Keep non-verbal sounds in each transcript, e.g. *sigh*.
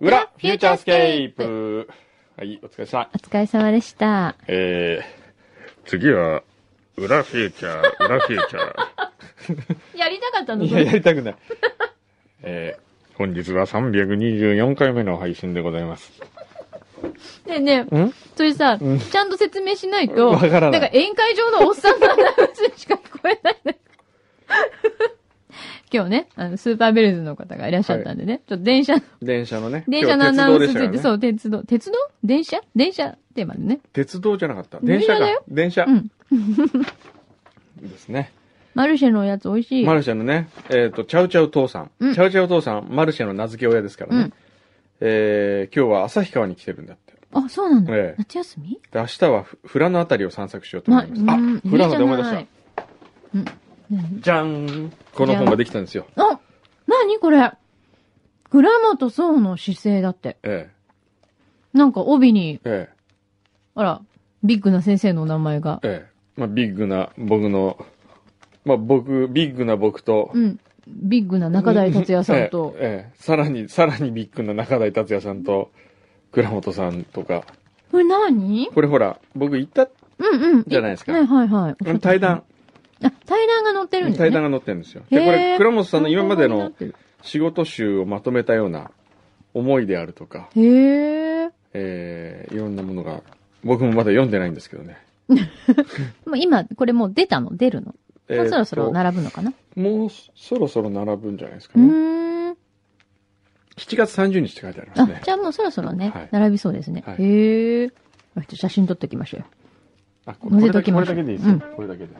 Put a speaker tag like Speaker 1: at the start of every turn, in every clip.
Speaker 1: 裏フューチャースケープはい、お疲れ様。
Speaker 2: お疲れ様でした。
Speaker 1: えー、次は、裏フューチャー、裏フューチャ
Speaker 2: やりたかったの
Speaker 1: ー。い *laughs* や、やりたくない。えー、本日は324回目の配信でございます。
Speaker 2: ねえねえ
Speaker 1: ん、
Speaker 2: それさ、
Speaker 1: ん
Speaker 2: ちゃんと説明しないと、
Speaker 1: わからない
Speaker 2: んか宴会場のおっさんの話しか聞こえないね。 *laughs* 今日ね、あの、スーパーベルズの方がいらっしゃったんでね、ちょっと電車、
Speaker 1: 電車のね。
Speaker 2: 電車のアナウンスつい
Speaker 1: 今
Speaker 2: て、
Speaker 1: 日鉄道でしたから
Speaker 2: そ
Speaker 1: ね。
Speaker 2: う、鉄道、鉄道電車電車テーマでね。
Speaker 1: 鉄道じゃなかった。電
Speaker 2: 電車
Speaker 1: 車か
Speaker 2: だよ。
Speaker 1: 電車。
Speaker 2: うん *laughs*
Speaker 1: ですね。
Speaker 2: マルシェのおやつ美味しい。
Speaker 1: マルシェのね、えっ、と、チャウチャウ父さん。
Speaker 2: うん
Speaker 1: チャウチャウ父さん、マルシェの名付け親ですからね。
Speaker 2: うん
Speaker 1: えー、今日は旭川に来てるんだって。
Speaker 2: あ、そうなんだ。
Speaker 1: ええ
Speaker 2: 夏休み
Speaker 1: で、明日はふ富良野あたりを散策しようと思
Speaker 2: ま、
Speaker 1: いうます。あ、
Speaker 2: ん、
Speaker 1: 富良野で思い出し
Speaker 2: じゃな
Speaker 1: た。
Speaker 2: うん。何
Speaker 1: じゃんこの本ができたんですよ。
Speaker 2: あ、なにこれ倉本壮の姿勢だって。
Speaker 1: え
Speaker 2: なんか帯に、
Speaker 1: え、え
Speaker 2: あら、ビッグな先生のお名前が
Speaker 1: え、。ええ。まあ、ビッグな僕の、まあ、僕、ビッグな僕と、
Speaker 2: うん。ビッグな中台達也さんと
Speaker 1: え、え、ええさらに、さらにビッグな中台達也さんと、倉本さんとか、
Speaker 2: これ何
Speaker 1: これほら、僕行った
Speaker 2: うんうん。
Speaker 1: じゃないですか
Speaker 2: はいはいはい。
Speaker 1: 対談、
Speaker 2: あ、対談が載ってるんです
Speaker 1: 対
Speaker 2: ね。
Speaker 1: 談が載ってるんですよ。で、こ
Speaker 2: へ
Speaker 1: れ、
Speaker 2: え
Speaker 1: 倉本さんの今まで
Speaker 2: 対談
Speaker 1: の
Speaker 2: になって
Speaker 1: 仕事集をまとめたような思いであるとか、
Speaker 2: るへえ。
Speaker 1: ええいろんなものが、僕もまだ読んでないんですけどね。
Speaker 2: もう今、これもう出たの出るのもうそろそろ
Speaker 1: えーと
Speaker 2: 並ぶのかな
Speaker 1: もうそろそろ並ぶんじゃないですか
Speaker 2: う
Speaker 1: ね。
Speaker 2: ーん。
Speaker 1: 7月30日って書いてあります
Speaker 2: あ
Speaker 1: ね、。
Speaker 2: じゃあもうそろそろ
Speaker 1: はい
Speaker 2: ね、並びそうですね
Speaker 1: は。い
Speaker 2: へえ。あちょっと写真撮っときましょうよ。
Speaker 1: あ、こ
Speaker 2: 載せ
Speaker 1: だ
Speaker 2: と
Speaker 1: け
Speaker 2: き
Speaker 1: こ
Speaker 2: ま
Speaker 1: れ
Speaker 2: しょ
Speaker 1: だけ
Speaker 2: う
Speaker 1: でいいですよ。これだけで。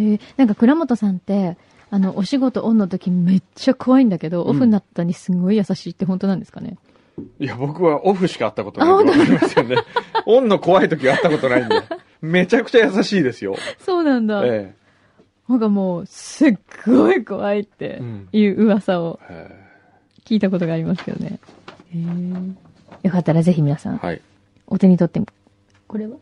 Speaker 2: へえ、なんか倉本さんって、あの、お仕事オンの時めっちゃ怖いんだけど、
Speaker 1: ん
Speaker 2: オフになったにすごい優しいって本当なんですかね。
Speaker 1: いや、僕はオフしか会ったことないんでわかりますよね。
Speaker 2: *laughs*
Speaker 1: オンの怖い時は会ったことないんで。めちゃくちゃ優しいですよ。
Speaker 2: そうなんだ。
Speaker 1: え
Speaker 2: なんかもう、すっごい怖いって
Speaker 1: うん
Speaker 2: いう噂を
Speaker 1: ええ
Speaker 2: 聞いたことがありますけどね。へえよかったらぜひ皆さ
Speaker 1: え
Speaker 2: ん、
Speaker 1: はい。
Speaker 2: お手に取っても。これは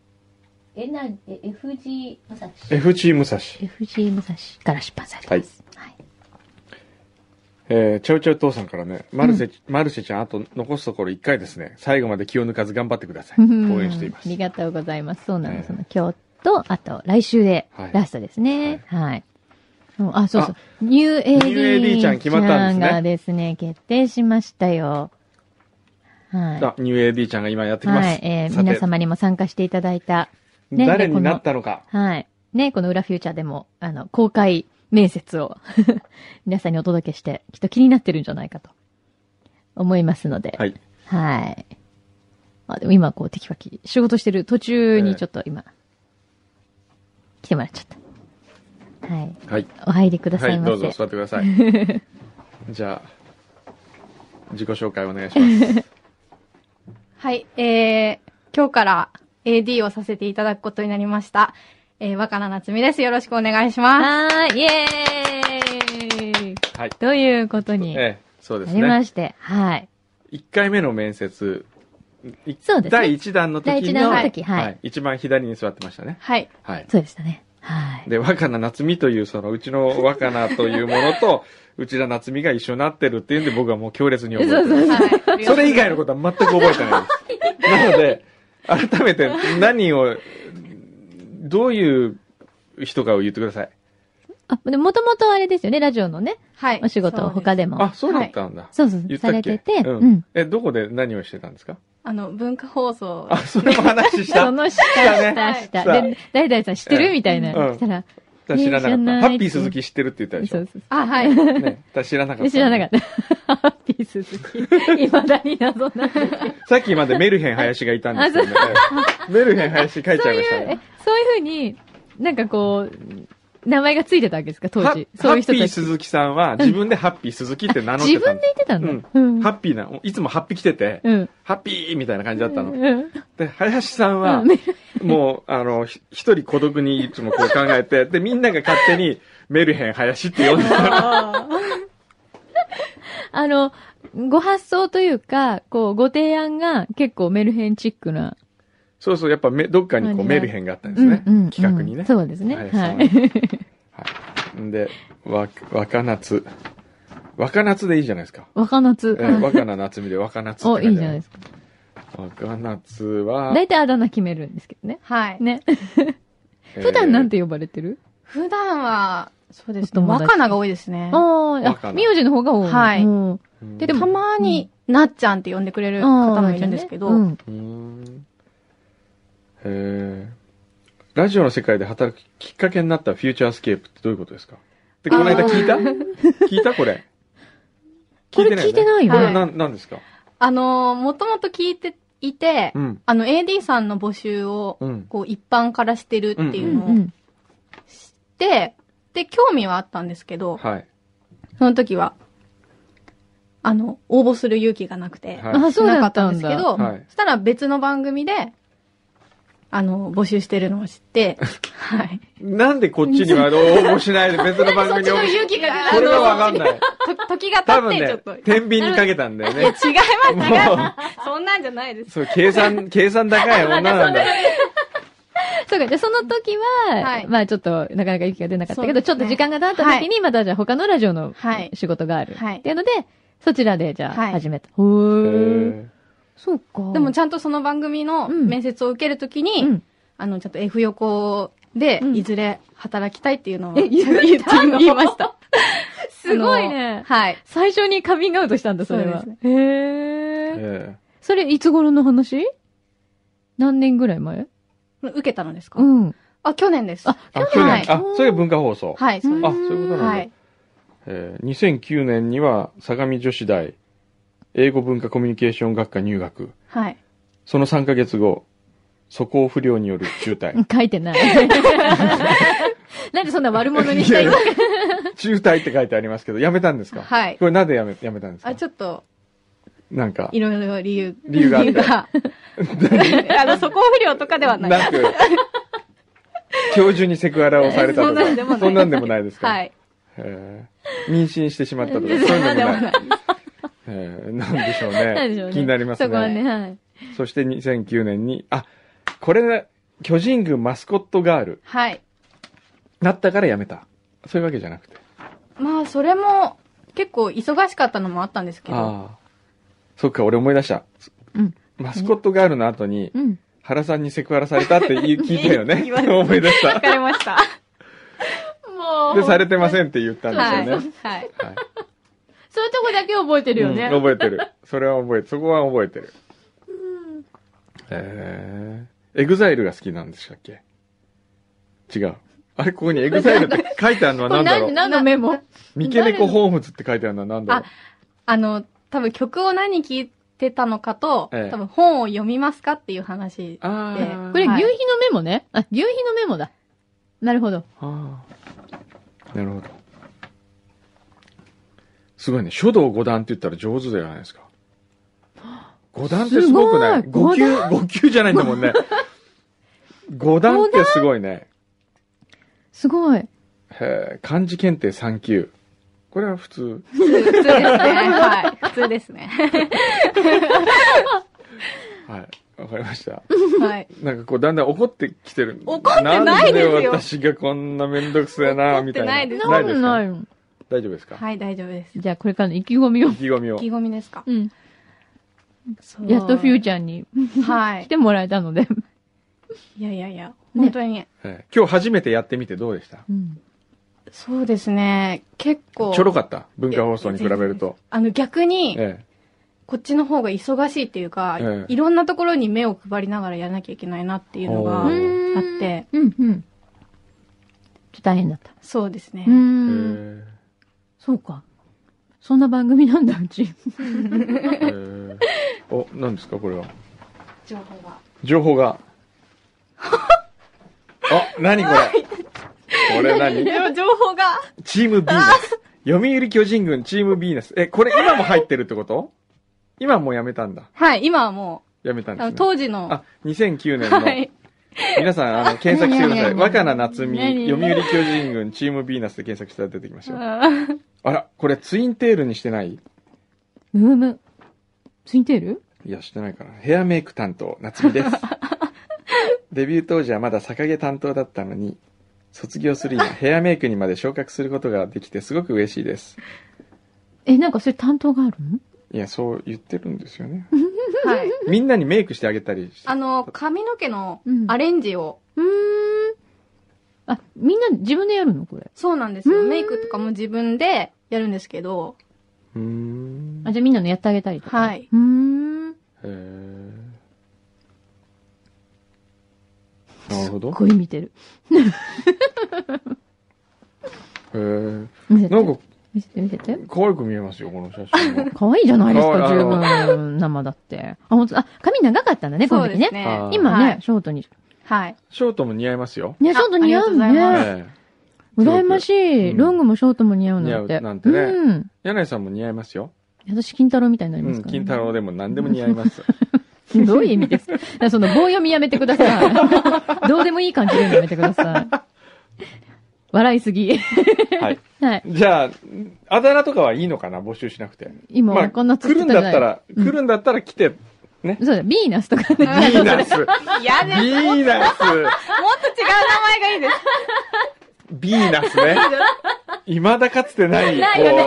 Speaker 2: えな、え、FG 武蔵。
Speaker 1: F チームサシ。
Speaker 2: FG 武蔵から出版されてます。はい。
Speaker 1: えー、ちょいちょい父さんからね、マルシェ、マルシェちゃん、あと残すところ1回ですね。最後まで気を抜かず頑張ってください。応援しています
Speaker 2: あ。りがとうございます。そうなの、
Speaker 1: ええ
Speaker 2: その今日と、あと来週で
Speaker 1: はい、
Speaker 2: ラストですね。はい。うんあ、そうそう。ニュー AD,
Speaker 1: ニュー AD ちゃん決まったんですね
Speaker 2: ちゃがですね、決定しましたよ。はい。
Speaker 1: あ、ニュー AD ちゃんが今やってきます。
Speaker 2: はい、えー
Speaker 1: さて
Speaker 2: 皆様にも参加していただいた。ね
Speaker 1: 誰
Speaker 2: でこ
Speaker 1: に
Speaker 2: の
Speaker 1: なったのか。
Speaker 2: はい。ね、この裏フューチャーでも、あの、公開面接を、 *laughs* 皆さんにお届けして、きっと気になってるんじゃないかと、思いますので。
Speaker 1: はい。
Speaker 2: はい。あ、でも今こう、テキパキ、仕事してる途中
Speaker 1: ええ
Speaker 2: にちょっと今、来てもらっちゃった。はい。
Speaker 1: はい。
Speaker 2: お入りくださ
Speaker 1: はいい、
Speaker 2: ませ。
Speaker 1: どうぞ座ってください。
Speaker 2: *laughs*
Speaker 1: じゃあ、自己紹介お願いします。
Speaker 3: はい、えー、今日から AD をさせていただくことになりました。えー、若菜夏美です。よろしくお願いします。
Speaker 2: はーい、イエーイ
Speaker 1: はい。
Speaker 2: ということにな
Speaker 1: ええ、そうです
Speaker 2: りま
Speaker 1: ね。
Speaker 2: して、はい。
Speaker 1: 1回目の面接、い
Speaker 2: そうですね
Speaker 1: 第1弾の時の
Speaker 2: 第一弾の時はい
Speaker 1: 一番左に座ってましたね。
Speaker 3: はい。
Speaker 1: はい。
Speaker 2: そうでしたね。はい。
Speaker 1: で、若菜夏美という、その、うちの若菜というもの
Speaker 2: *laughs*
Speaker 1: と、内田夏美が一緒になってるっていうんで、僕はもう強烈に覚えてる。
Speaker 3: はい。
Speaker 1: それ以外のことは全く覚えて
Speaker 2: *laughs*
Speaker 1: ないです。なので、改めて何を、どういう人かを言ってください。
Speaker 2: あ、でもともとあれですよね、ラジオのね、
Speaker 3: はい。
Speaker 2: お仕事を他
Speaker 3: で。
Speaker 2: でも。
Speaker 1: あ、そうだったんだ。
Speaker 2: そうそう
Speaker 1: 言っ、たっ
Speaker 2: され
Speaker 1: け
Speaker 2: てて、
Speaker 1: う
Speaker 2: うんん。
Speaker 1: え、どこで何をしてたんですか
Speaker 3: あの、文化放送
Speaker 1: あ、。それも話し
Speaker 2: *laughs* そ
Speaker 1: た。
Speaker 2: の下、
Speaker 1: ね
Speaker 2: 下、
Speaker 1: 来た
Speaker 2: 下。で、誰々さん知って
Speaker 1: ええ
Speaker 2: るみたいな。
Speaker 1: うん
Speaker 2: したら、
Speaker 1: 知らなか
Speaker 2: 知ら
Speaker 1: っ
Speaker 2: な
Speaker 1: た。
Speaker 2: い
Speaker 1: ハッピー鈴木知ってるって言った
Speaker 2: そう
Speaker 1: でし
Speaker 2: そ
Speaker 1: ょ
Speaker 2: う。そう。
Speaker 3: あ、はい。
Speaker 1: ね、だ知らなかった。
Speaker 2: で知らなかった。ハッピー鈴木。いまだに謎なんですけど。
Speaker 1: さっきまでメルヘン林がいたんですけどね。メルヘン林書いちゃいました
Speaker 2: え
Speaker 1: ね。、
Speaker 2: そういうふうに、なんかこう、名前がついてたわけですか、当
Speaker 1: ハ
Speaker 2: 時。
Speaker 1: ハ
Speaker 2: そういう
Speaker 1: ッ
Speaker 2: 人
Speaker 1: ピー
Speaker 2: たち。
Speaker 1: 鈴木さんは自分でハッピー鈴木って名乗って
Speaker 2: 自
Speaker 1: たん
Speaker 2: 分で
Speaker 1: で
Speaker 2: 言ってたんだ。
Speaker 1: う。
Speaker 2: うんん
Speaker 1: ハッピーな、いつもハッピー来てて、
Speaker 2: うん。
Speaker 1: ハッピーみたいな感じだったの。
Speaker 2: うん
Speaker 1: で、林さんは
Speaker 2: うんメ、
Speaker 1: もう、あの、ひ一人孤独にいつもこう考えて、で、みんなが勝手にメルヘン林って呼んでた。
Speaker 2: あの、ご発想というか、こう、ご提案が結構メルヘンチックな。
Speaker 1: そうそう、やっぱめどっかにこう
Speaker 2: はい
Speaker 1: メルヘンがあったんですね。
Speaker 2: うんうんうん
Speaker 1: 企画にね。
Speaker 2: そうですね。
Speaker 1: 林
Speaker 2: は
Speaker 1: さん
Speaker 2: い。
Speaker 1: はいで、わ、若夏。若夏でいいじゃないですか。
Speaker 2: *laughs* 若夏。 *laughs*
Speaker 1: えー若菜夏美で若夏
Speaker 2: お、いいじゃないですすか。
Speaker 1: か。若夏は、
Speaker 2: 大体あだ名決めるんですけどね。
Speaker 3: はい。
Speaker 2: ね。
Speaker 1: えー
Speaker 2: 普段なんて呼ばれてる
Speaker 3: 普段は、そうです
Speaker 2: お
Speaker 3: ね。
Speaker 2: 友達
Speaker 3: 若菜が多いですね。
Speaker 2: あー
Speaker 1: 若
Speaker 2: あ、
Speaker 1: 菜
Speaker 2: 名字の方が多い。
Speaker 3: はい
Speaker 2: うん
Speaker 1: うん
Speaker 2: で
Speaker 3: で、たまに、なっちゃんって呼んでくれる方もいるんですけど、
Speaker 2: あーうん
Speaker 1: うーんえーラジオの世界で働くきっかけになったフューチャースケープってどういうことですかで、この間聞いた聞いたこれ。
Speaker 2: これ聞いてないよ
Speaker 1: これは
Speaker 3: は
Speaker 1: い
Speaker 2: ね。
Speaker 1: 何、何ですか
Speaker 3: あのー、もともと聞いていて、
Speaker 1: うん。
Speaker 3: あの、AD さんの募集を、
Speaker 1: うん。
Speaker 3: こう、一般からしてるって
Speaker 2: う
Speaker 3: い
Speaker 2: ん
Speaker 3: うのを、
Speaker 2: うん。
Speaker 3: で、で、興味はあったんですけど、
Speaker 1: はい。
Speaker 3: その時は、あの、応募する勇気がなくて、
Speaker 1: はい。
Speaker 2: あ、
Speaker 3: し
Speaker 2: そう
Speaker 3: なか
Speaker 2: だ
Speaker 3: っ
Speaker 2: ったた
Speaker 3: んで
Speaker 2: ん
Speaker 3: すけ
Speaker 2: だ。
Speaker 3: ど、
Speaker 1: はい
Speaker 3: そしたら別の番組で、あの、募集してるのを知って、はい。
Speaker 1: なんでこっちには応募しないで別の番組に応
Speaker 3: *laughs*
Speaker 1: 募し
Speaker 3: 気が
Speaker 1: これがわかんない。
Speaker 3: と時が
Speaker 1: 多
Speaker 3: 経っ
Speaker 1: 分
Speaker 3: て、ちょ
Speaker 1: ね
Speaker 3: っと。、
Speaker 1: 天秤にかけたんだよ
Speaker 3: いや、違い
Speaker 1: ね
Speaker 3: ま。す、違います。そんなんじゃないです。
Speaker 1: そう、計算、計算高い女なんだ。
Speaker 2: そうか、じゃあその時
Speaker 3: は
Speaker 2: は、
Speaker 3: い
Speaker 2: まあちょっとなかなか息が出なかった
Speaker 3: そ
Speaker 2: け
Speaker 3: うで
Speaker 2: ど、
Speaker 3: すね
Speaker 2: ちょっと時間が経った時に、またじゃあ他のラジオの
Speaker 3: はい
Speaker 2: 仕事がある。
Speaker 3: はい
Speaker 2: っていうので、そちらでじゃ
Speaker 3: は
Speaker 2: あ
Speaker 3: い
Speaker 2: 始めた。へ
Speaker 1: へ
Speaker 2: ー
Speaker 1: ー
Speaker 2: そうか。
Speaker 3: でもち
Speaker 2: ゃ
Speaker 3: ゃんとその番組の
Speaker 2: うん
Speaker 3: 面接を受けるときに、
Speaker 2: うん
Speaker 3: あの、ちゃんと F 横で
Speaker 2: う、ん
Speaker 3: いずれ働きたいっていうのを、
Speaker 2: え言ったの
Speaker 3: 言って言いま *laughs* した。
Speaker 2: すごいね
Speaker 3: あのはい。
Speaker 2: 最初にカミングアウトしたんだ、それは
Speaker 3: そう。
Speaker 2: へ
Speaker 1: え
Speaker 2: ー
Speaker 1: ー
Speaker 2: それいつ頃の話何年ぐらい前
Speaker 3: 受けたのですか、
Speaker 2: うん。
Speaker 3: あ、去年です。
Speaker 2: あ
Speaker 1: あ、去
Speaker 3: はい
Speaker 1: 年。あ、それが文化放送。
Speaker 3: はい、そう
Speaker 1: あ、
Speaker 3: で
Speaker 1: そういうことな
Speaker 3: す。
Speaker 1: んだ
Speaker 3: は。い。
Speaker 1: えー2009年には相模女子大英語文化コミュニケーション学科入学
Speaker 3: はい。
Speaker 1: その3ヶ月後素行不良による中
Speaker 3: *laughs*
Speaker 1: 退
Speaker 2: 書いてない。なんでそんな悪者にしたい
Speaker 1: いやいや中退って書いてありますけどやめたんですか
Speaker 3: はい
Speaker 1: これなぜやめやめたんですか
Speaker 3: あ、ちょっと、
Speaker 1: なんか
Speaker 3: いろいろ理由。
Speaker 1: 理由があって
Speaker 3: が *laughs* あの、素行不良とかではない。
Speaker 1: なく
Speaker 3: *laughs*
Speaker 1: 教授にセクハラをされたとか
Speaker 3: そんなんでもない
Speaker 1: そんなんでもないですか、
Speaker 3: はい。
Speaker 1: えー妊娠してしまったとかそういう
Speaker 3: *laughs* そん
Speaker 1: の
Speaker 3: な
Speaker 1: も
Speaker 3: んで
Speaker 1: な
Speaker 3: もないい。
Speaker 1: えーなんでしょう
Speaker 3: *laughs*
Speaker 2: なんでし
Speaker 1: ね
Speaker 2: ょうね
Speaker 1: 気になります
Speaker 2: そこはね、
Speaker 1: ね
Speaker 2: はい。
Speaker 1: そして2009年にあこれが巨人軍マスコットガール
Speaker 3: はい。
Speaker 1: なったからやめた。そういうわけじゃなくて。
Speaker 3: まあ、それも、結構忙しかったのもあったんですけど、
Speaker 1: ああ。そっか、俺思い出した。
Speaker 2: うん
Speaker 1: マスコットガールの後に、
Speaker 2: うん。
Speaker 1: 原さんにセクハラされたって言う聞いたよね。
Speaker 3: 言われた
Speaker 1: 思い出し
Speaker 3: わ
Speaker 1: た。
Speaker 3: かりました。
Speaker 2: も
Speaker 1: で、されてませんって言ったんです
Speaker 3: は
Speaker 1: よ
Speaker 3: い
Speaker 1: ね。はい。。
Speaker 3: はい。
Speaker 2: そういうとこだけ覚えてるよね。
Speaker 1: うん覚えてる。それは覚えてる。そこは覚えてる。えー、エグザイルが好きなんでしたっけ違う。あれ、ここにエグザイルって書いてあるのは
Speaker 2: *laughs* これ
Speaker 1: 何だろう
Speaker 2: 何何のメモ
Speaker 1: 三毛猫ホームズって書いてあるのは何だろう
Speaker 3: あの、多分曲を何聴いてたのかと、
Speaker 1: ええ
Speaker 3: 多分本を読みますかっていう話。
Speaker 1: あー
Speaker 2: これ、
Speaker 3: はい
Speaker 2: 牛皮のメモね。あ、牛皮のメモだ。なるほど。
Speaker 1: ああ。なるほど。すごいね。書道五段って言ったら上手じゃないですか。五段ってすごくない
Speaker 2: すご
Speaker 1: 五
Speaker 2: い
Speaker 1: 級、五級じゃないんだもん
Speaker 3: *laughs*
Speaker 1: ね。五段ってすごいね。
Speaker 2: すごい。
Speaker 1: へえ、漢字検定3級。これは普通。
Speaker 3: 普通ですね。はい。普通ですね。
Speaker 1: はい。わかりました。
Speaker 3: はい。
Speaker 1: なんかこう、だんだん怒ってきてる。
Speaker 3: 怒ってないですよ
Speaker 1: なんで私がこんなめんどくせえな、
Speaker 3: 怒っ
Speaker 1: み
Speaker 3: て
Speaker 1: たいな。
Speaker 3: ないです
Speaker 2: なんで
Speaker 1: か
Speaker 2: ないの
Speaker 1: 大丈夫ですか、
Speaker 3: はい、大丈夫です。
Speaker 2: じゃあ、これからの意気込みを
Speaker 1: 意。気込みを
Speaker 3: 意。気込みですか
Speaker 2: うん。やっとフューチャーに
Speaker 3: ャー。は
Speaker 2: 来
Speaker 3: い。
Speaker 2: てもらえたので。
Speaker 3: いやいやいや、本当に。
Speaker 1: ええ今日初めてやってみてどうでした
Speaker 2: うん。
Speaker 3: そうですね。結構。
Speaker 1: ちょろかった。文化放送に比べると。
Speaker 3: あの、逆に、
Speaker 1: ええ。
Speaker 3: こっちの方が忙しいっていうか、
Speaker 1: ええ
Speaker 3: いろんなところに目を配りながらやらなきゃいけないなっていうのが
Speaker 1: お
Speaker 3: あっ
Speaker 1: ー
Speaker 3: て、
Speaker 2: うん、うん。ちょっと大変だった。
Speaker 3: そうですね。
Speaker 2: う
Speaker 1: へ
Speaker 2: ん。
Speaker 1: え
Speaker 2: そうか。そんな番組なんだ、うち。
Speaker 3: *laughs*
Speaker 1: へえお、何ですかこれは。
Speaker 3: 情報が。
Speaker 1: 情報
Speaker 3: *laughs*
Speaker 1: が。あ、何こ
Speaker 3: *laughs*
Speaker 1: れ。これ何
Speaker 3: 情報が。
Speaker 1: チームビーナス。読売巨人軍チームビーナス。え、これ今も入ってるってこと今もうやめたんだ。
Speaker 3: はい、今はも
Speaker 1: やめた
Speaker 3: う、
Speaker 1: んで
Speaker 3: あ
Speaker 1: す
Speaker 3: の
Speaker 1: ね。
Speaker 3: 当時の、
Speaker 1: あ、2009年
Speaker 3: は
Speaker 1: の。
Speaker 3: い。
Speaker 1: 皆さん、あの、検索してください。
Speaker 2: 何
Speaker 1: 若菜夏美、
Speaker 2: 何
Speaker 1: 読売巨人軍チームビーナスで検索したら出てきましたよ。
Speaker 3: うん
Speaker 1: あら、これツインテールにしてない
Speaker 2: ムーム。ついてる
Speaker 1: いや、してないから。ヘアメイク
Speaker 2: *laughs*
Speaker 1: 担当、夏美です。デビュー当時はまだ逆毛担当だったのに、卒業する
Speaker 2: *laughs*
Speaker 1: やヘアメイクにまで昇格することができてすごく嬉しいです。
Speaker 2: え、なんかそれ担当があるの
Speaker 1: いや、そう言ってるんですよね。
Speaker 3: はい。
Speaker 1: みんなにメイクしてあげたりして
Speaker 3: あ。の、髪の毛の
Speaker 2: うん
Speaker 3: アレンジを、
Speaker 2: うーん。あ、みんな自分でやるのこれ。
Speaker 3: そうなんですよ。
Speaker 2: うん
Speaker 3: メイクとかも自分でやるんですけど、
Speaker 1: うーん。
Speaker 2: あ、じゃあみんなのやってあげたりとか。
Speaker 3: はいう
Speaker 2: ーん。
Speaker 1: へーなるほど。
Speaker 2: すっごい見てる。
Speaker 1: へー
Speaker 2: 見せて。
Speaker 1: なんか、
Speaker 2: 見せて見せて。。
Speaker 1: 可愛く見えますよ、この写真も
Speaker 2: 可愛いじゃないです
Speaker 1: 可
Speaker 2: か、
Speaker 1: 愛い
Speaker 2: 十分。生だって。あ、本当あ、髪長かったんだね、こ
Speaker 3: そ
Speaker 2: の
Speaker 3: う
Speaker 2: 時
Speaker 3: です
Speaker 2: ね。
Speaker 3: ね。
Speaker 1: あー
Speaker 2: 今ね、
Speaker 3: はい
Speaker 2: ショートに。
Speaker 3: はい。
Speaker 1: ショートも似合いますよ。
Speaker 2: ね、ショート似合う
Speaker 3: あありがとうございま
Speaker 2: ね。
Speaker 1: え
Speaker 2: 羨まし
Speaker 1: う
Speaker 2: い。
Speaker 1: ん
Speaker 2: ロングもショートも似合うなん
Speaker 1: 似合
Speaker 2: て。
Speaker 1: うなんてね
Speaker 2: うん。
Speaker 1: え柳井さんも似合いますよ。
Speaker 2: 私、金太郎みたいになり
Speaker 1: う
Speaker 2: ます
Speaker 1: ん、
Speaker 2: から、
Speaker 1: 金太郎でも何でも似合います。
Speaker 2: *laughs* どういう意味ですかだからその棒読みやめてくださ
Speaker 1: *laughs*
Speaker 2: い。どうでもいい感じで言うのやめてください。笑いすぎ。
Speaker 1: はい。
Speaker 2: はい。
Speaker 1: じゃあ、あだ名とかはいいのかな募集しなくて。
Speaker 2: 今、
Speaker 1: まあ、
Speaker 2: こんな
Speaker 1: 来るんだったら、
Speaker 2: うん
Speaker 1: 来るんだったら来て、ヴ
Speaker 2: そうだ、ビーナスとかね。
Speaker 1: ィーナス。
Speaker 2: *laughs*
Speaker 1: ヴ
Speaker 3: 嫌です。もっ
Speaker 1: ィーナス。
Speaker 3: と違う名前がいいです。
Speaker 1: ヴィーナスね。未だかつてない、こ
Speaker 2: ないよね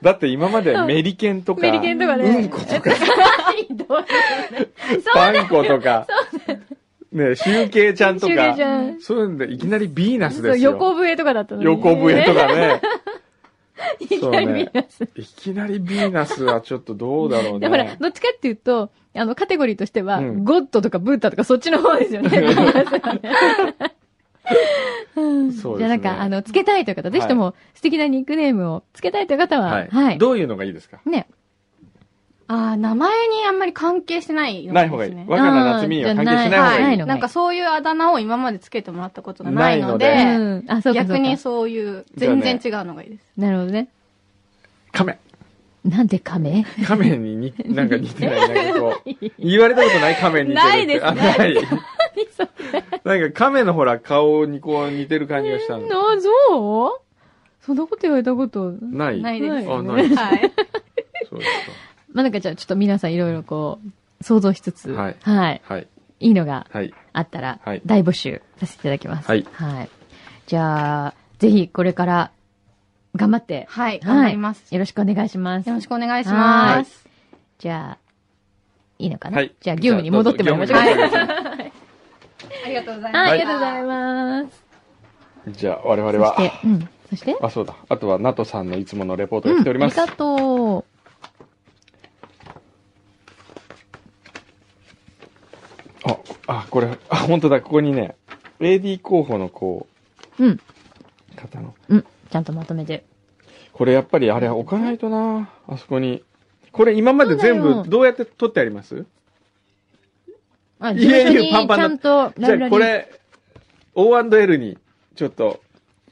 Speaker 1: う。だって今までメリケンとか、
Speaker 2: メリケンとかね *laughs*
Speaker 1: うんことか、
Speaker 2: ひどい
Speaker 1: パンコとか、ね、シュウケイちゃんと
Speaker 2: シュウケイち
Speaker 1: か
Speaker 2: ゃ、ん
Speaker 1: そういうんで、いきなりヴィーナス
Speaker 2: そう
Speaker 1: ですよ。
Speaker 2: 横笛とかだったのに。
Speaker 1: 横笛と。かね。
Speaker 2: *laughs* いきなりビーナス。
Speaker 1: いきなりヴィーナスはちょっとどうだろうね。
Speaker 2: で、ほら、どっちかっていうと、あの、カテゴリーとしては、
Speaker 1: うん
Speaker 2: ゴッドとかブッダとかそっちの方です
Speaker 1: *laughs*
Speaker 2: よね。ビーナスはね
Speaker 1: そう
Speaker 2: *laughs*
Speaker 1: で
Speaker 2: じ
Speaker 1: すね。
Speaker 2: ゃあなんか、あの、つけたいという方、ぜひとも素敵なニックネームをつけたいという方は、
Speaker 1: はい、
Speaker 2: はい。
Speaker 1: どういうのがいいですか
Speaker 2: ね。
Speaker 3: ああ、名前にあんまり関係してないの
Speaker 1: ない方がいい。
Speaker 3: ですね
Speaker 1: 若菜夏美には関係しない
Speaker 2: あ
Speaker 1: 方
Speaker 2: ーじゃ
Speaker 1: が
Speaker 2: ないい
Speaker 1: い。
Speaker 2: の
Speaker 3: なんかそういうあだ名を今までつけてもらったことがないので、
Speaker 1: ない
Speaker 2: うん。あ、そうかそうか。
Speaker 3: 逆にそういう、全然違うのがいいです。
Speaker 2: なるほどね。
Speaker 1: 亀。
Speaker 2: なんで亀
Speaker 1: 亀に
Speaker 2: *laughs*
Speaker 1: に、なんか似てない。なんかこう、言われたことない亀に似てるって。
Speaker 3: ないです
Speaker 1: あ
Speaker 2: *laughs*
Speaker 1: ない。なんか亀のほら、顔にこう似てる感じがしたの。
Speaker 2: な、そうそんなこと言われたこと。
Speaker 1: ない。
Speaker 3: ないです
Speaker 1: あ、
Speaker 3: よ
Speaker 1: ない
Speaker 3: ね。
Speaker 1: です。
Speaker 3: はい。
Speaker 1: そうです
Speaker 2: まあ、なんかじゃあちょっと皆さんいろいろこう、想像しつつ、
Speaker 1: はい
Speaker 2: はい。
Speaker 1: か。はい。
Speaker 2: いいのが
Speaker 1: はい。
Speaker 2: あったら
Speaker 1: はい、
Speaker 2: 大募集させていただきます。
Speaker 1: はい
Speaker 2: じゃあ、ぜひこれから、頑張って、
Speaker 3: はい、頑張ります。
Speaker 2: よろしくお願いします。
Speaker 3: よろしくお願いします。
Speaker 2: じゃあ、いいのかな、
Speaker 1: はい。
Speaker 2: じゃあ、業務に戻ってもらいましょう。
Speaker 1: じゃあ
Speaker 2: はい
Speaker 1: どぞ業務に戻ってもらいましょ
Speaker 3: ありがとうござい
Speaker 2: あ
Speaker 1: は
Speaker 2: りがとうござい
Speaker 3: ま
Speaker 2: ます。
Speaker 1: うじゃあ、我々
Speaker 2: そして
Speaker 1: は。、
Speaker 2: うん。そして、
Speaker 1: あ、そうだ。あとは、ナトさんのいつものレポートが
Speaker 2: う
Speaker 1: 来
Speaker 2: ん、
Speaker 1: てお
Speaker 2: あ
Speaker 1: り
Speaker 2: り
Speaker 1: ます。
Speaker 2: がとう。
Speaker 1: あ、あ、これ、あ、本当だ、ここにね、AD 候補のこ
Speaker 2: うん、
Speaker 1: う、方の。
Speaker 2: うん。ちゃんとまとめて。
Speaker 1: これやっぱりあれ置かないとな、あそこに。これ今まで全
Speaker 2: そうだよ
Speaker 1: 部どうやって取ってあります
Speaker 2: あ、
Speaker 1: い
Speaker 2: 事務
Speaker 1: えいえ
Speaker 2: 所にち
Speaker 1: パンパン
Speaker 2: ゃ
Speaker 1: だ
Speaker 2: んと
Speaker 1: じ
Speaker 2: ラ
Speaker 1: ゃ
Speaker 2: イブ
Speaker 1: あ
Speaker 2: ラリ
Speaker 1: こ
Speaker 2: ー。
Speaker 1: れ、O&L に、ちょっと、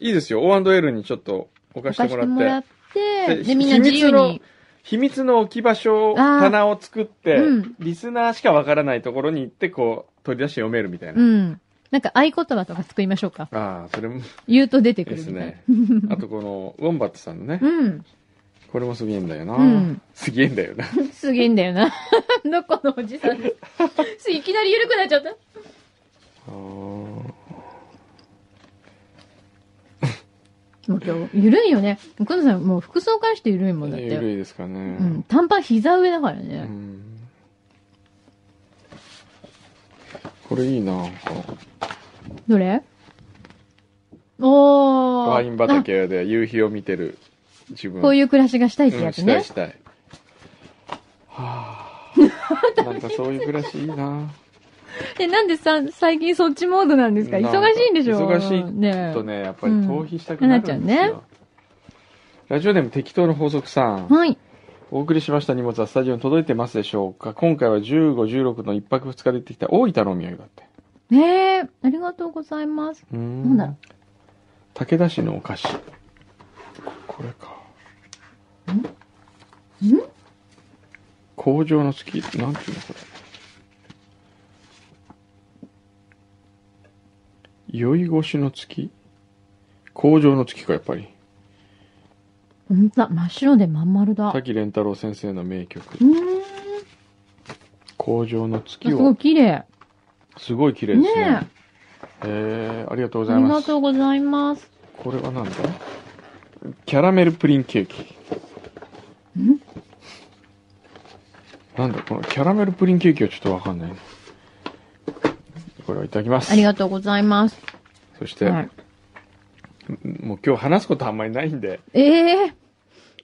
Speaker 1: いいですよ、O&L にちょっと置か
Speaker 2: 置
Speaker 1: せ
Speaker 2: か
Speaker 1: て
Speaker 2: し
Speaker 1: も
Speaker 2: てもら
Speaker 1: らっ。
Speaker 2: ってて、
Speaker 1: で
Speaker 2: で、みんな自由に。
Speaker 1: 秘密の置き場所を、
Speaker 2: あー
Speaker 1: 棚を作って、
Speaker 2: うん
Speaker 1: リスナーしかわからないところに行って、こう、取り出して読めるみたいな。
Speaker 2: うん。なんか合言葉とか作りましょうか。
Speaker 1: ああ、それも
Speaker 2: 言うと出て
Speaker 1: で
Speaker 2: くるみ
Speaker 1: す
Speaker 2: たいな。 *laughs*
Speaker 1: ね。あとこの、ウォンバットさんのね、
Speaker 2: うん。
Speaker 1: これもすげえんだよな。
Speaker 2: うん
Speaker 1: すげえんだよ
Speaker 2: *laughs*
Speaker 1: な。
Speaker 2: すげえんだよな。 *laughs* どこのおじさ
Speaker 1: *laughs*
Speaker 2: んです。いきなり緩くなっちゃった。
Speaker 1: あー
Speaker 2: もう今日、緩いよね。くんさん、もう服装からして緩いもんだっ
Speaker 1: ゆる
Speaker 2: て。
Speaker 1: いですかね。
Speaker 2: うん。短パン膝上だから
Speaker 1: う
Speaker 2: ね。
Speaker 1: んこれいいななんか
Speaker 2: どれおー。
Speaker 1: ワイン畑で夕日を見てる自
Speaker 2: あ
Speaker 1: 分
Speaker 2: こういう暮らしがしたいって
Speaker 1: う
Speaker 2: や
Speaker 1: ん
Speaker 2: つ
Speaker 1: した
Speaker 2: ね
Speaker 1: い。したいは
Speaker 2: *laughs*
Speaker 1: あなんかそういう暮らしいいな
Speaker 2: え、なんでさ、最近そっちモードなんですか
Speaker 1: なんか
Speaker 2: 忙しいんでしょ
Speaker 1: 忙しい
Speaker 2: ねえ
Speaker 1: とねやっぱり
Speaker 2: うん
Speaker 1: 逃避したくなるんですよ、
Speaker 2: なっちゃうね
Speaker 1: ラジオネーム適当の法則さん
Speaker 2: はい。
Speaker 1: お送りしました荷物はスタジオに届いてますでしょうか今回は1516の1泊2日で行ってきた大分のお土産だって
Speaker 2: ねえありがとうございます。
Speaker 1: うーん
Speaker 2: なんだろう
Speaker 1: 武田市のお菓子ここれか
Speaker 2: んん
Speaker 1: 工場の月なんていうのこれ酔い越しの月工場の月かやっぱり
Speaker 2: ほんとだ、真っ白でまん丸だ。う
Speaker 1: 滝蓮太郎先生の名曲
Speaker 2: ーん。あ
Speaker 1: 工場の
Speaker 2: す
Speaker 1: 月
Speaker 2: ごい
Speaker 1: を
Speaker 2: 綺麗。
Speaker 1: すごい綺麗ですね
Speaker 2: ねえ。
Speaker 1: えー、ありがとうござ
Speaker 2: あ
Speaker 1: い
Speaker 2: り
Speaker 1: ま
Speaker 2: が
Speaker 1: す
Speaker 2: とう。ございます。
Speaker 1: これはなんだキャラメルプリンケーキ。
Speaker 2: ん
Speaker 1: なんだこのキャラメルプリンケーキはちょっとわかんないなこれはいただきます。
Speaker 2: ありがとうございます。
Speaker 1: そして、
Speaker 2: はい、
Speaker 1: もう今日話すことあんまりないんで。
Speaker 2: ええー、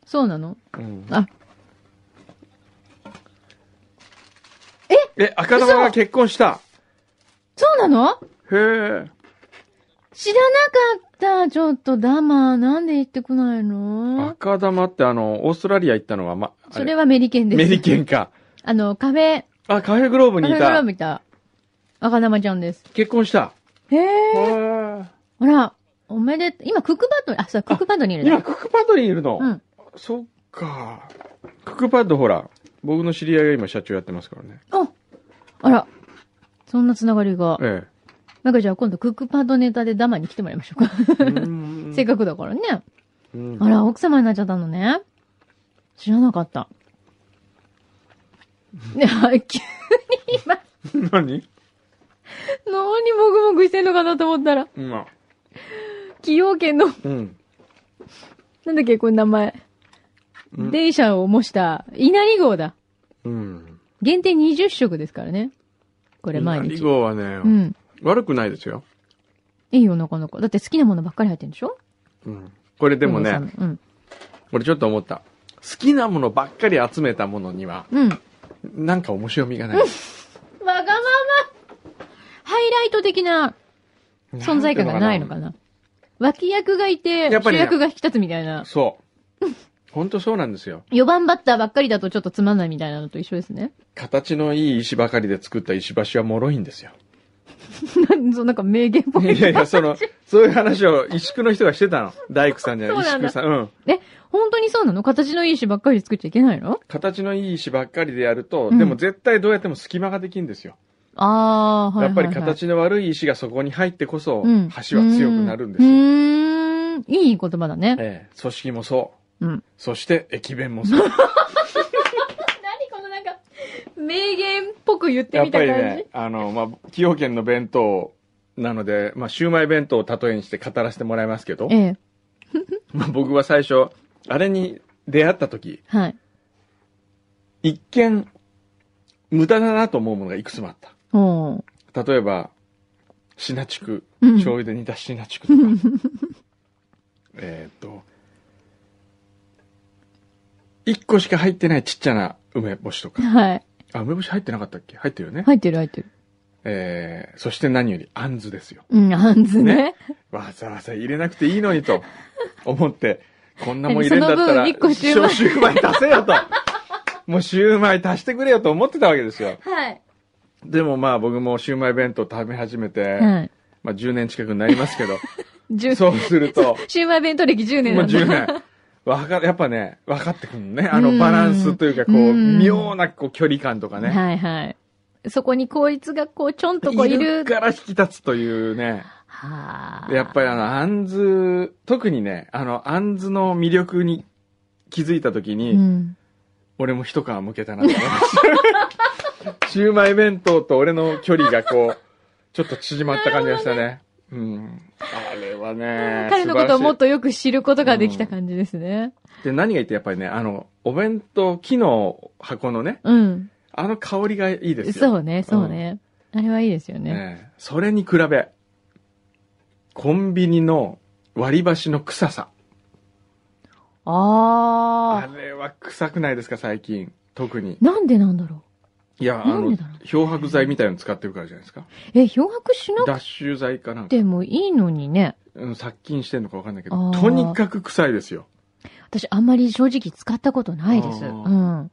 Speaker 2: そうなの
Speaker 1: うん
Speaker 2: あ、
Speaker 1: え、赤玉が結婚した
Speaker 2: そうなの
Speaker 1: へえ。
Speaker 2: 知らなかった。ちょっと、ダマ、なんで言ってこないの
Speaker 1: 赤玉ってあの、オーストラリア行ったのは、ま、あ
Speaker 2: それはメリケンです。
Speaker 1: メリケンか。
Speaker 2: あの、カフェ、
Speaker 1: あ、カフェグローブ
Speaker 2: カ
Speaker 1: に
Speaker 2: フェ
Speaker 1: い
Speaker 2: グラ
Speaker 1: た
Speaker 2: ブ。見た、赤玉ちゃんです。
Speaker 1: 結婚した。
Speaker 2: へ
Speaker 1: へ
Speaker 2: え。
Speaker 1: ー
Speaker 2: ほら、おめでと、今、クックパッドに、あ、そう、クックパッドにいるね
Speaker 1: 今、クックパッドにいるの。
Speaker 2: うん。
Speaker 1: そっか。クックパッドほら、僕の知り合いが今社長やってますからね。
Speaker 2: あ、あら。そんなつながりが。
Speaker 1: え
Speaker 2: なんかじゃあ今度クックパッドネタでダマに来てもらいましょうか。
Speaker 1: え。
Speaker 2: *laughs* せっかくだからね。
Speaker 1: うん
Speaker 2: あら、奥様になっちゃったのね。知らなかった。 *laughs* ね、はい急に今、
Speaker 1: 何
Speaker 2: 何もぐもぐしてんのかなと思ったら、
Speaker 1: 今。
Speaker 2: 崎陽軒の、
Speaker 1: うん。
Speaker 2: なんだっけ、これ名前。
Speaker 1: うん
Speaker 2: 電車を模した、稲荷号だ。
Speaker 1: うん。
Speaker 2: 限定20食ですからね。こ
Speaker 1: こ
Speaker 2: れ毎
Speaker 1: リ
Speaker 2: 日。
Speaker 1: ゴはね、
Speaker 2: うん。
Speaker 1: 悪くないですよ。
Speaker 2: いいよ、なかなか。だって好きなものばっかり入ってるんでしょ
Speaker 1: うん。これでも
Speaker 2: お姉
Speaker 1: ね、
Speaker 2: さんの
Speaker 1: 俺ちょっと思った。好きなものばっかり集めたものには、
Speaker 2: うん。うん。
Speaker 1: なんか面白みがない。
Speaker 2: わがままハイライト的な存在感がないのかな。脇役がいて、
Speaker 1: やっぱ
Speaker 2: 主
Speaker 1: りね
Speaker 2: 役が引き立つみたいな。
Speaker 1: そう。
Speaker 2: *laughs*
Speaker 1: ほんとそうなんですよ。
Speaker 2: 4番バッターばっかりだとちょっとつまんないみたいなのと一緒ですね。 *laughs*
Speaker 1: 形のいい石ばかりで作った石橋は脆いんですよ。
Speaker 2: なんそうなんか名言っぽい。
Speaker 1: いやいや、その、そういう話を石工の人がしてたの。大工さんじゃない、
Speaker 2: そうな
Speaker 1: 石
Speaker 2: んだ
Speaker 1: 工さん。うん。
Speaker 2: え、本当にそうなの形のいい石ばっかり作っちゃいけないの
Speaker 1: 形のいい石ばっかりでやると、
Speaker 2: うん
Speaker 1: でも絶対どうやっても隙間ができるんですよ。
Speaker 2: あー、はい、はいはい。
Speaker 1: やっぱり形の悪い石がそこに入ってこそ、
Speaker 2: うん、
Speaker 1: 橋は強くなるんです
Speaker 2: う
Speaker 1: よ。
Speaker 2: ーん。いい言葉だね。
Speaker 1: ええ、組織もそう。
Speaker 2: うん。
Speaker 1: そして、駅弁もそう。
Speaker 2: 何このなんか、名言っぽく言って
Speaker 1: やっ
Speaker 2: みた
Speaker 1: ぱ
Speaker 2: 感
Speaker 1: り
Speaker 2: じ。
Speaker 1: ね、あの、まあ、崎陽軒の弁当なので、まあ、シウマイ弁当を例えにして語らせてもらいますけど、
Speaker 2: ええ。
Speaker 1: まあ、僕は最初、あれに出会った時、
Speaker 2: はい。
Speaker 1: 一見、無駄だなと思うものがいくつもあった。
Speaker 2: おー。
Speaker 1: 例えば、シナチク、
Speaker 2: うん
Speaker 1: 醤油で煮たシナチ
Speaker 2: *laughs*
Speaker 1: クとか、えーっと、一個しか入ってないちっちゃな梅干しとか。
Speaker 2: はい。
Speaker 1: あ、梅干し入ってなかったっけ入ってるよね。
Speaker 2: 入ってる入ってる。
Speaker 1: えー、そして何より、あんずですよ。
Speaker 2: うん、あんずね。
Speaker 1: わざわざ入れなくていいのにと思って、こんなもん入れんだった
Speaker 2: その
Speaker 1: ら、
Speaker 2: 分一個シューマイ
Speaker 1: シューマイ足せよと。もうシューマイ足してくれよと思ってたわけですよ。
Speaker 2: はい。
Speaker 1: でもまあ僕もシューマイ弁当食べ始めて、
Speaker 2: はい。
Speaker 1: まあ10年近くになりますけど、*laughs*
Speaker 2: 10
Speaker 1: そうすると、
Speaker 2: シウマイ弁当歴10年
Speaker 1: もう
Speaker 2: なんだ。
Speaker 1: 10年。わか、やっぱね、分かってくるね。あ
Speaker 2: う
Speaker 1: の
Speaker 2: ん
Speaker 1: バランスというか、こ
Speaker 2: う
Speaker 1: う、
Speaker 2: ん
Speaker 1: 妙なこう距離感とかね。
Speaker 2: *laughs* はいはい。そこに効率がこう、ちょんとこうい
Speaker 1: い
Speaker 2: る。
Speaker 1: るから引き立つというね。
Speaker 2: はあ。
Speaker 1: やっぱりあの、あんず、特にね、あの、あんずの魅力に気づいたときに、
Speaker 2: うん。
Speaker 1: 俺も一皮向けたなと思います。 *laughs* シューマイ弁当と俺の距離がこう、ちょっと縮まった感じがしたね。
Speaker 2: *laughs*
Speaker 1: うん。あれはね、
Speaker 2: 彼のことをもっ
Speaker 1: 素晴らし
Speaker 2: とよく知ることができた感じですね。
Speaker 1: い。で、何が言ってやっぱりね、あの、お弁当、木の箱のね、
Speaker 2: うん。
Speaker 1: あの香りがいいですよ。
Speaker 2: そうね、そうね。あれはいいですよね。
Speaker 1: ええそれに比べ、コンビニの割り箸の臭さ。あ
Speaker 2: ああ。
Speaker 1: れは臭くないですか、最近。特に。
Speaker 2: なんでなんだろ
Speaker 1: いや、あ
Speaker 2: なん
Speaker 1: の
Speaker 2: でだろう、
Speaker 1: 漂白剤みたいの使ってるからじゃないですか。
Speaker 2: う。え、漂白しなく
Speaker 1: 脱臭剤かなんか。
Speaker 2: てもいいのにね。
Speaker 1: うん殺菌してんのかわかんないけ
Speaker 2: あ
Speaker 1: ど、
Speaker 2: ー
Speaker 1: とにかく臭いですよ。
Speaker 2: 私あんまり正直使ったことないです。
Speaker 1: あ
Speaker 2: う
Speaker 1: ー
Speaker 2: ん。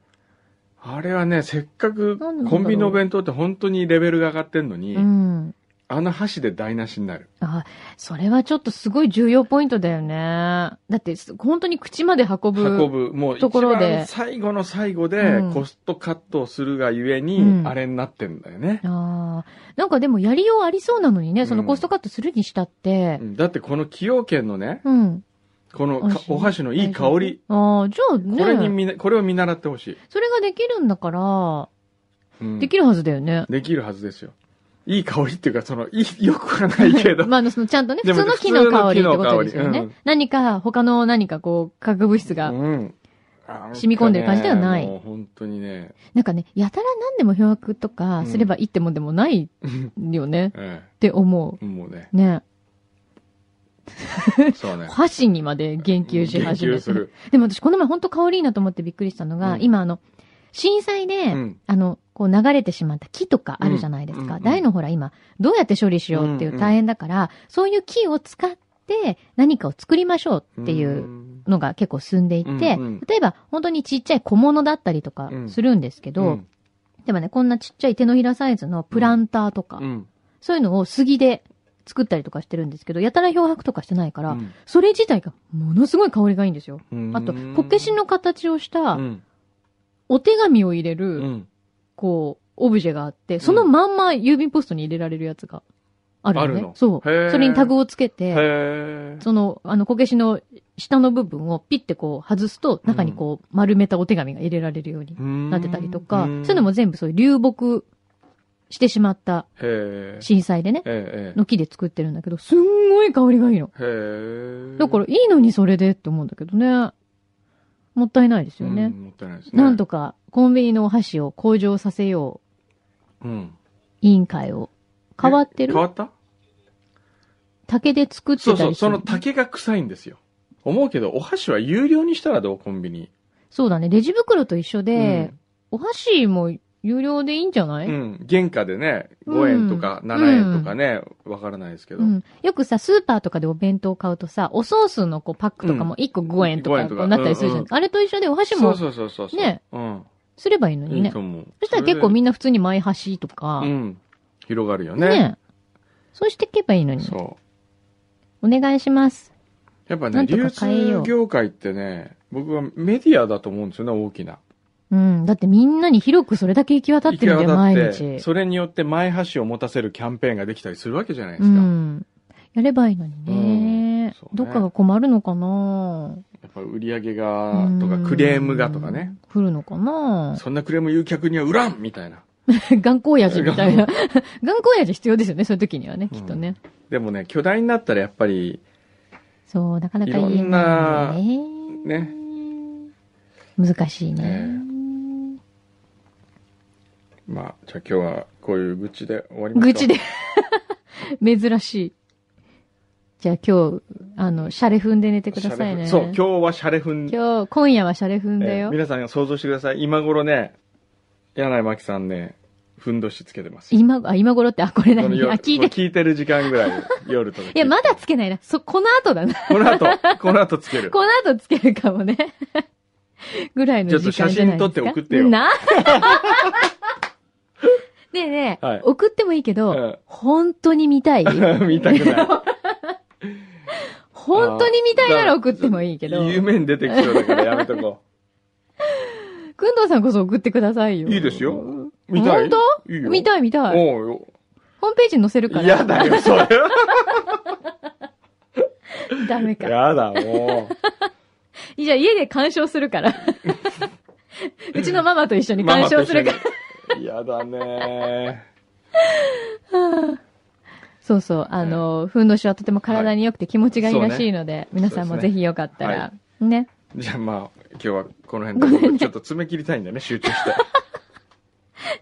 Speaker 1: あれはね、せっかく
Speaker 2: なんでなんだろ
Speaker 1: コ
Speaker 2: う
Speaker 1: ンビニのお弁当って本当にレベルが上がってんのに、
Speaker 2: うん。
Speaker 1: あの箸で台無しになる。
Speaker 2: あ、それはちょっとすごい重要ポイントだよね。だって、本当に口まで運ぶ。
Speaker 1: 運ぶ、もう一
Speaker 2: ところで
Speaker 1: 番最後の最後で
Speaker 2: うん
Speaker 1: コストカットをするがゆえに、
Speaker 2: うん
Speaker 1: あれになってんだよね。
Speaker 2: ああ。なんかでもやりようありそうなのにね、
Speaker 1: うん
Speaker 2: そのコストカットするにしたって
Speaker 1: う。んだってこの崎陽軒のね、
Speaker 2: うん。
Speaker 1: この
Speaker 2: 美
Speaker 1: か
Speaker 2: 味しい
Speaker 1: お箸のいい香り、
Speaker 2: ああ、じゃあね。
Speaker 1: これにみな、これを見習ってほしい。
Speaker 2: それができるんだから、
Speaker 1: うん
Speaker 2: できるはずだよね。
Speaker 1: できるはずですよ。いい香りっていうか、その、いい、 *laughs* よくはないけど。
Speaker 2: *laughs* まあ、あの、その、ちゃんとね、
Speaker 1: で
Speaker 2: 普
Speaker 1: も
Speaker 2: 通の木の香りってことです
Speaker 1: 普通の木の香
Speaker 2: よ
Speaker 1: りう
Speaker 2: ね
Speaker 1: ん。
Speaker 2: 何か、他の何かこう、化学物質が、
Speaker 1: うん。
Speaker 2: 染み込んでる感じではない
Speaker 1: もう本当にね。
Speaker 2: なんかね、やたら何でも漂白と
Speaker 1: うん
Speaker 2: かすればいいってもんでもないよね、っ
Speaker 1: え
Speaker 2: て思
Speaker 1: え、もう
Speaker 2: *laughs*
Speaker 1: ね。
Speaker 2: う。ね。
Speaker 1: そうね。
Speaker 2: 箸にまで言及し始め
Speaker 1: 言及す
Speaker 2: て。
Speaker 1: る。
Speaker 2: でも私この前ほんと香りいいなと思ってびっくりしたのが、
Speaker 1: うん
Speaker 2: 今あの、震災で、
Speaker 1: うん
Speaker 2: あの、こう流れてしまった木とかあるじゃないです
Speaker 1: うんうん
Speaker 2: か。
Speaker 1: うん
Speaker 2: 大のほら今、どうやって処理しようってい
Speaker 1: ん
Speaker 2: う
Speaker 1: う。
Speaker 2: うん大変だから、そういう木を使って何かを作りましょうっていううんのが結構進んでいて、
Speaker 1: うんうん
Speaker 2: 例えば本当にちっちゃい小物だったりとかするんですけど、
Speaker 1: うん
Speaker 2: でもね、こんなちっちゃい手のひらサイズのプランターとか、
Speaker 1: うん。
Speaker 2: そういうのを杉で作ったりとかしてるんですけど、やたら漂白とかしてないから、
Speaker 1: うん
Speaker 2: それ自体がものすごい香りがいいんですよ。あと、こけしの形をし
Speaker 1: う
Speaker 2: た
Speaker 1: ん、
Speaker 2: お手紙を入れる、
Speaker 1: うん。
Speaker 2: こう、オブジェがあって、そのまんま郵便ポストに入れられるやつがあるのね。
Speaker 1: あるの
Speaker 2: そう。
Speaker 1: へー
Speaker 2: それにタグをつけ
Speaker 1: へ
Speaker 2: て、
Speaker 1: え。
Speaker 2: その、あの、こけしの下の部分をピッてこう外すと、中にこう丸めたお手紙が入れられるように
Speaker 1: な
Speaker 2: なってたりとか、そういうのも、全部そういう流木してしまった
Speaker 1: へえ。
Speaker 2: 震災でね、
Speaker 1: ええ。
Speaker 2: の木で作ってるんだけど、すんごい香りがいいの。
Speaker 1: ええへえ。
Speaker 2: だからいいのにそれでって思うんだけどね。もったいないですよね。
Speaker 1: うんもったいないですね。
Speaker 2: なんとかコンビニのお箸を向上させよう
Speaker 1: うん。
Speaker 2: 委員会を。変わってる
Speaker 1: え変わった
Speaker 2: 竹で作ってた
Speaker 1: そ
Speaker 2: り
Speaker 1: う
Speaker 2: する
Speaker 1: そう、その竹が臭いんですよ。思うけど、お箸は有料にしたらどうコンビニ。
Speaker 2: そうだね。レジ袋と一緒で、お箸も有料でいいんじゃな
Speaker 1: う
Speaker 2: い、
Speaker 1: ん、うん。原価でね、5円とか7円とかね、わからないですけど。
Speaker 2: うんよくさ、スーパーとかでお弁当買うとさ、おソースのこうパックとかも1個5円と
Speaker 1: 5
Speaker 2: か
Speaker 1: 円とか
Speaker 2: こうなったりするじゃ
Speaker 1: うん
Speaker 2: ん
Speaker 1: う。
Speaker 2: あれと一緒でお箸
Speaker 1: そう
Speaker 2: も
Speaker 1: そうそうそう。
Speaker 2: ね。
Speaker 1: うん。
Speaker 2: すればいいの
Speaker 1: い
Speaker 2: に
Speaker 1: い
Speaker 2: ね
Speaker 1: と。思う。
Speaker 2: そしたら結構みんな普通に前箸と
Speaker 1: な
Speaker 2: か
Speaker 1: う、ん。広がるよね。
Speaker 2: ね。そうしていけばいいのに。
Speaker 1: そう。
Speaker 2: お願いします。
Speaker 1: やっぱね、
Speaker 2: なんと
Speaker 1: 流
Speaker 2: か変えよ
Speaker 1: 通
Speaker 2: う
Speaker 1: 業界ってね、僕はメディアだと思うんですよね、大きな。
Speaker 2: うん。だってみんなに広くそれだけ行き渡ってるんだよ、
Speaker 1: 行
Speaker 2: 毎
Speaker 1: き渡って
Speaker 2: 日。
Speaker 1: それによって前箸を持たせるキャンペーンができたりするわけじゃないで
Speaker 2: う
Speaker 1: すか。
Speaker 2: ん。やればいいのにね。
Speaker 1: うんそうね
Speaker 2: どっかが困るのかな
Speaker 1: やっぱ売り上げが、とかクレームがとかね。。
Speaker 2: うん来るのかな
Speaker 1: そんなクレーム誘客には売らんみたいな。
Speaker 2: *laughs* 頑固親父みたいな。 *laughs* 頑固親父必要ですよね、そういう時にはね、きっとね。
Speaker 1: でもね、巨大になったらやっぱり、
Speaker 2: そう、なかなか言えないんだよね。難しいね。
Speaker 1: まあ、じゃあ今日はこういう愚痴で終わりましょう。
Speaker 2: 愚痴。で。 *laughs* 珍しい。じゃあ今日、あの、シャレ踏んで寝てくださいね。
Speaker 1: そう、今日はシャレ踏んで、
Speaker 2: 今日、今夜はシャレ踏んだ
Speaker 1: えー
Speaker 2: よ。
Speaker 1: 皆さん想像してください。今頃ね、柳井真紀さんね、ふんどしつけてます。
Speaker 2: 今、あ、今頃って、あ、これ
Speaker 1: こ
Speaker 2: 何
Speaker 1: の夜
Speaker 2: あ、聞いて。
Speaker 1: 聞いてる時間ぐらい、夜とか。
Speaker 2: いや、まだつけないな。そ、この後だな。
Speaker 1: この後、この後つける。
Speaker 2: この後つけるかもね。 *laughs* ぐらいの時
Speaker 1: ちょ
Speaker 2: 間じゃないですか。
Speaker 1: っと写真撮って送ってよ
Speaker 2: な *laughs* ねえねえ、
Speaker 1: はい
Speaker 2: 送ってもいいけど、
Speaker 1: うん
Speaker 2: 本当に見たい
Speaker 1: *laughs* 見たくない。
Speaker 2: 本当に見たいなら送ってもいいけど、くん
Speaker 1: 夢に出てきそうだからやめとこ
Speaker 2: どうさんこそ送ってくだ *laughs* さいよ。
Speaker 1: いいですよう。見たい
Speaker 2: 本
Speaker 1: いい
Speaker 2: 当
Speaker 1: よ。
Speaker 2: 見たい見たい。
Speaker 1: おうよ。
Speaker 2: ホームページに載せるから。
Speaker 1: 嫌だよ、
Speaker 2: *laughs*
Speaker 1: それは。
Speaker 2: ダメか。
Speaker 1: やだ、も
Speaker 2: じゃあ家で鑑賞する *laughs* から。うちのママと一緒
Speaker 1: う。
Speaker 2: に鑑賞するから。
Speaker 1: ら。やだね。
Speaker 2: そうそう。あの、ふんどしはとても体に良くて気持ちがいいらしいので、皆さんもぜひよかったら、ね。
Speaker 1: じゃあまあ、今日はこの辺で、僕ちょっと爪切りたいんだね、集中して。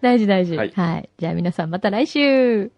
Speaker 2: 大事大事。
Speaker 1: は
Speaker 2: はいい。じゃあ皆さんまた来週。